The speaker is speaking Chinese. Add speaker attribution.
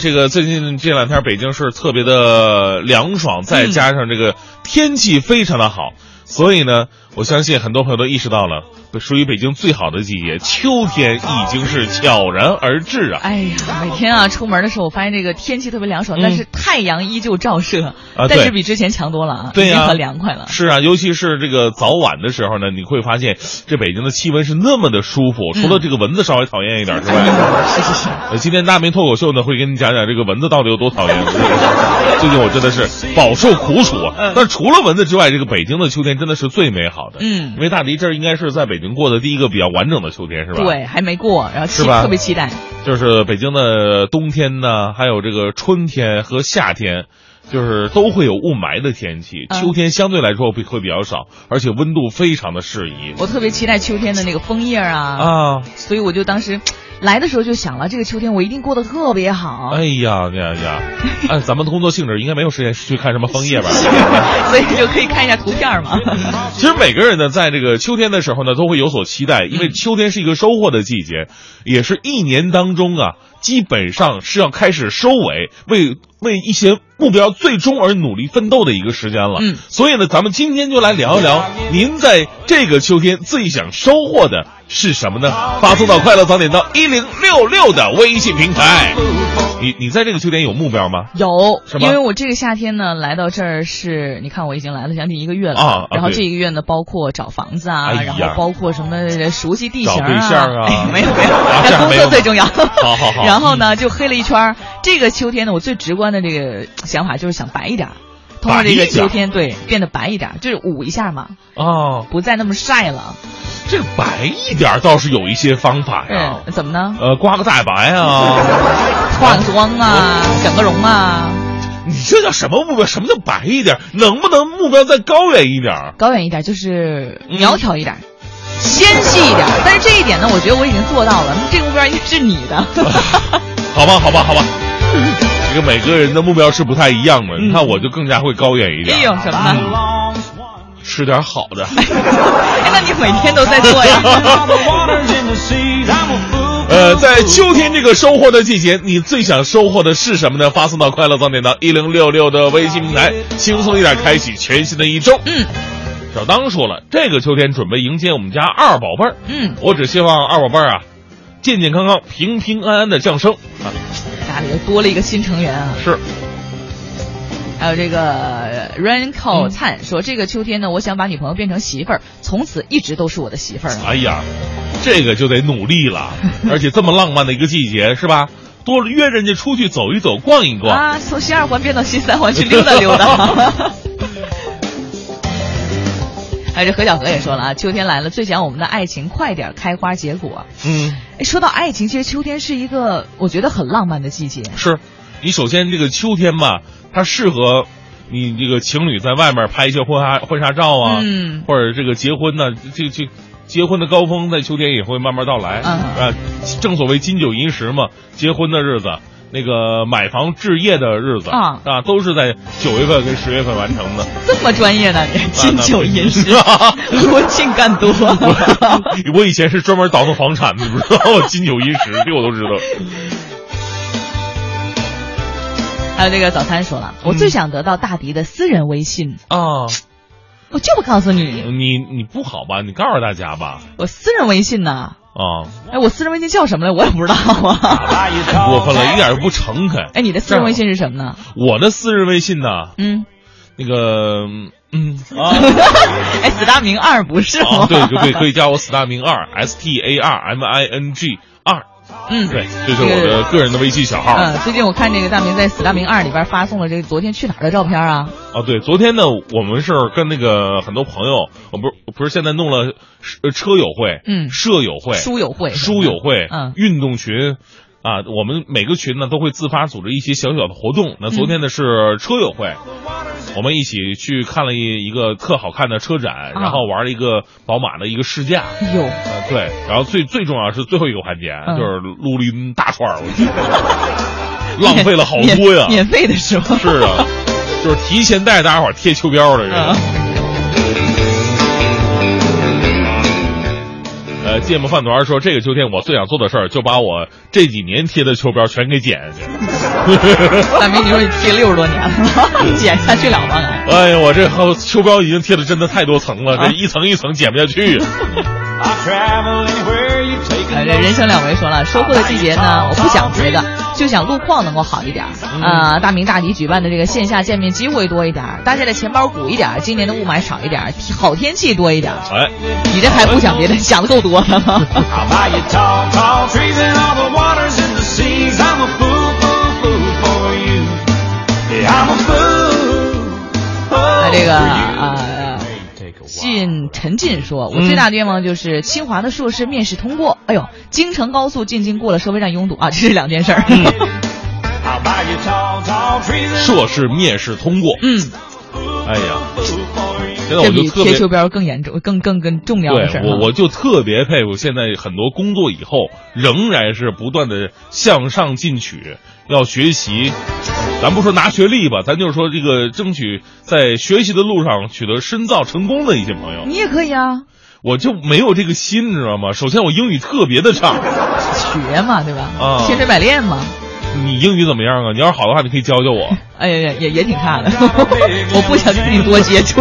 Speaker 1: 这个最近这两天北京是特别的凉爽，再加上这个天气非常的好，所以呢，我相信很多朋友都意识到了，属于北京最好的季节，秋天已经是悄然而至啊。
Speaker 2: 哎呀，每天啊出门的时候，我发现这个天气特别凉爽，但是太阳依旧照射，
Speaker 1: 嗯啊对
Speaker 2: 但是比之前强多了啊，
Speaker 1: 对
Speaker 2: 已
Speaker 1: 呀
Speaker 2: 经很凉快了。
Speaker 1: 是啊，尤其是这个早晚的时候呢，你会发现这北京的气温是那么的舒服，除了这个蚊子稍微讨厌一点之外，
Speaker 2: 嗯 是是是，
Speaker 1: 呃，今天大明脱口秀呢会跟你讲讲这个蚊子到底有多讨厌。 最近我真的是饱受苦楚啊！但除了蚊子之外，这个北京的秋天真的是最美好的。
Speaker 2: 嗯
Speaker 1: 因为大迪这儿应该是在北京过的第一个比较完整的秋天，是吧？，
Speaker 2: 对，还没过，然后期
Speaker 1: 是吧
Speaker 2: 特别期待。
Speaker 1: 就是北京的冬天呢，还有这个春天和夏天。就是都会有雾霾的天气，
Speaker 2: 嗯
Speaker 1: 秋天相对来说会会比较少，而且温度非常的适宜
Speaker 2: 我特别期待秋天的那个枫叶啊，
Speaker 1: 啊！
Speaker 2: 所以我就当时来的时候就想了，这个秋天我一定过得特别好。
Speaker 1: 哎呀呀呀！按咱们的工作性质，应该没有时间去看什么枫叶 吧？
Speaker 2: 所以就可以看一下图 片嘛。
Speaker 1: 其实每个人呢，在这个秋天的时候呢，都会有所期待，因为秋天是一个收获的季节，也是一年当中啊，基本上是要开始收尾，为为一些目标最终而努力奋斗的一个时间了。
Speaker 2: 嗯
Speaker 1: 所以呢，咱们今天就来聊一聊，您在这个秋天最想收获的是什么呢？发送到快乐早点到一零六六的微信平台。你你在这个秋天有目标吗？
Speaker 2: 有
Speaker 1: 是，吗
Speaker 2: 因为我这个夏天呢来到这儿是，你看我已经来了将近一个月了，
Speaker 1: 啊啊
Speaker 2: 然后
Speaker 1: 对
Speaker 2: 这一个月呢，包括找房子啊，
Speaker 1: 哎呀
Speaker 2: 然后包括什么熟悉地形
Speaker 1: 找对象啊
Speaker 2: 哎没有没有，
Speaker 1: 啊这还
Speaker 2: 但工
Speaker 1: 没
Speaker 2: 作
Speaker 1: 有
Speaker 2: 最重要。
Speaker 1: 好好嗯 好
Speaker 2: 然后呢，就黑了一圈儿。这个秋天呢，我最直观的这个想法就是想白一点儿。通过这
Speaker 1: 白一
Speaker 2: 个
Speaker 1: 点儿
Speaker 2: 秋天，对，变得白一点儿，就是捂一下嘛，
Speaker 1: 哦，
Speaker 2: 不再那么晒了。
Speaker 1: 这个白一点儿倒是有一些方法呀。
Speaker 2: 嗯，怎么呢？
Speaker 1: 呃，刮个大白 啊！
Speaker 2: 化个妆啊，整个容啊，
Speaker 1: 你这叫什么目标？什么叫白一点？能不能目标再高远一点 儿？
Speaker 2: 高远一点，就是
Speaker 1: 嗯
Speaker 2: 苗条一点，纤细一点。但是这一点呢，我觉得我已经做到了。嗯这个目标应该是你的。
Speaker 1: 哎好吧，好吧，好吧。这个每个人的目标是不太一样的，你看我就更加会高远一
Speaker 2: 嗯 哎
Speaker 1: 点
Speaker 2: 呦
Speaker 1: 儿，，
Speaker 2: 什么呢？
Speaker 1: 吃点好的。
Speaker 2: 哎，那你每天都在做呀？
Speaker 1: 呃，在秋天这个收获的季节，你最想收获的是什么呢？发送到快乐早点到一零六六的微信平台，轻松一点，开启全新的一周。
Speaker 2: 嗯
Speaker 1: 小当说了，这个秋天准备迎接我们家二宝贝儿。
Speaker 2: 嗯，
Speaker 1: 我只希望二宝贝儿啊，健健康康、平平安安的降生啊！
Speaker 2: 家里又多了一个新成员啊。
Speaker 1: 是，
Speaker 2: 还有这个 Rainco
Speaker 1: 嗯
Speaker 2: 灿说，这个秋天呢，我想把女朋友变成媳妇儿，从此一直都是我的媳妇儿啊。
Speaker 1: 哎呀，这个就得努力 了，而且这么浪漫的一个季节，是吧？多约人家出去走一走、逛一逛。
Speaker 2: 啊，从西二环变到西三环去溜达溜达。哎，这何小何也说了啊，秋天来了，最想我们的爱情快点开花结果。
Speaker 1: 嗯，
Speaker 2: 哎，说到爱情，其实秋天是一个我觉得很浪漫的季节。
Speaker 1: 是你首先这个秋天吧，它适合你这个情侣在外面拍一些婚纱婚纱照啊，
Speaker 2: 嗯
Speaker 1: 或者这个结婚呢，这这。结婚的高峰在秋天也会慢慢到来，
Speaker 2: 嗯
Speaker 1: 啊，正所谓金九银十嘛，结婚的日子，那个买房置业的日子
Speaker 2: 啊
Speaker 1: 都是在九月份跟十月份完成的。
Speaker 2: 这么专业呢，你金九 银十，
Speaker 1: 啊
Speaker 2: 婚庆干多。
Speaker 1: 我我以前是专门倒腾房产的，你不知道吗？金九银十，这我都知道。
Speaker 2: 还有这个早餐说了，我最想得到大迪的私人微信，
Speaker 1: 啊，
Speaker 2: 我就不告诉你，
Speaker 1: 你你不好吧？你告诉大家吧。
Speaker 2: 我私人微信呢？
Speaker 1: 啊，
Speaker 2: 哎，我私人微信叫什么来？我也不知道啊。
Speaker 1: 过分了，一点都不诚恳。
Speaker 2: 哎，你的私人微信是什么呢？
Speaker 1: 我的私人微信呢？
Speaker 2: 嗯，
Speaker 1: 那个，嗯啊
Speaker 2: 哎，死大明二不是吗？
Speaker 1: 啊，对对对，可以加我死大明二 S T A R M I N G 二，
Speaker 2: 嗯，
Speaker 1: 对，这是我的个人的微信小号。
Speaker 2: 嗯，最近我看这个大明在《死大明二》里边发送了这个昨天去哪儿的照片啊？
Speaker 1: 啊，对，昨天呢，我们是跟那个很多朋友，我不是不是现在弄了呃车友会，
Speaker 2: 嗯
Speaker 1: 社友会，
Speaker 2: 书友会，
Speaker 1: 书友会，
Speaker 2: 嗯
Speaker 1: 运动群。啊，我们每个群呢都会自发组织一些小小的活动。那
Speaker 2: 嗯
Speaker 1: 昨天呢是车友会，我们一起去看了一一个特好看的车
Speaker 2: 啊
Speaker 1: 展，然后玩了一个宝马的一个试 驾。
Speaker 2: 哎呦，
Speaker 1: 呃，对，然后最最重要是最后一个环节，
Speaker 2: 嗯
Speaker 1: 就是撸了一顿大串儿，我觉 得浪费了好多呀。
Speaker 2: 免免费的是吗？
Speaker 1: 是 啊，就是提前带大家伙儿贴秋
Speaker 2: 啊
Speaker 1: 膘的人。
Speaker 2: 嗯。
Speaker 1: 呃，芥末饭团说这个秋天我最想做的事儿，就把我这几年贴的秋膘全给剪 下去。
Speaker 2: 大明，你说你贴六十多年
Speaker 1: 嗯
Speaker 2: 了， 剪下去了啊吗？还
Speaker 1: 哎呀，我这后秋膘已经贴的真的太多层了，这一层一层剪不下去。
Speaker 3: I'll travel anywhere you take
Speaker 2: 呃，
Speaker 3: me.
Speaker 2: 这人生两回说了，收获的季节
Speaker 1: 嗯
Speaker 2: 呢，我不想别的，就想路况能够好一点儿。啊、大明大迪举办的这个线下见面机会多一点儿，大家的钱包鼓一点儿，今年的雾霾少一点儿，好天气多一点儿。
Speaker 1: 哎，
Speaker 2: 你这还不想别的，想的够多了吗？
Speaker 3: I'll buy you tall, tall trees and all the waters and the seas. I'm a fool, fool, fool for you. Yeah, I'm a fool. Oh,
Speaker 2: 啊，这个
Speaker 3: for
Speaker 2: 呃
Speaker 3: you.。Take a
Speaker 2: 进陈进说：“
Speaker 1: 嗯
Speaker 2: 我最大的愿望就是清华的硕士面试通过。哎呦，京承高速进京过了，社会上拥堵啊，这 是两件事儿。
Speaker 1: 嗯
Speaker 3: I'll buy you tall, tall trees and
Speaker 1: 硕士面试通过。
Speaker 2: 嗯，
Speaker 1: 哎呀，
Speaker 3: fool for you.
Speaker 1: 现在我
Speaker 2: 这
Speaker 1: 就
Speaker 2: 比
Speaker 1: 特
Speaker 2: 贴
Speaker 1: 别
Speaker 2: 秋膘更严重、更更更重要的事儿
Speaker 1: 对
Speaker 2: 哈。
Speaker 1: 我，我就特别佩服现在很多工作以后仍然是不断的向上进取，要学习。咱不说拿学历吧，咱就是说这个争取在学习的路上取得深造成功的一些朋友，
Speaker 2: 你也可以啊，
Speaker 1: 我就没有这个心，你知道吗？首先我英语特别的差，
Speaker 2: 学嘛，对吧？
Speaker 1: 啊
Speaker 2: 千锤百炼嘛。
Speaker 1: 你英语怎么样啊？你要是好的话，你可以教教我。
Speaker 2: 哎呀，也也挺差的，我不想跟你多接触。”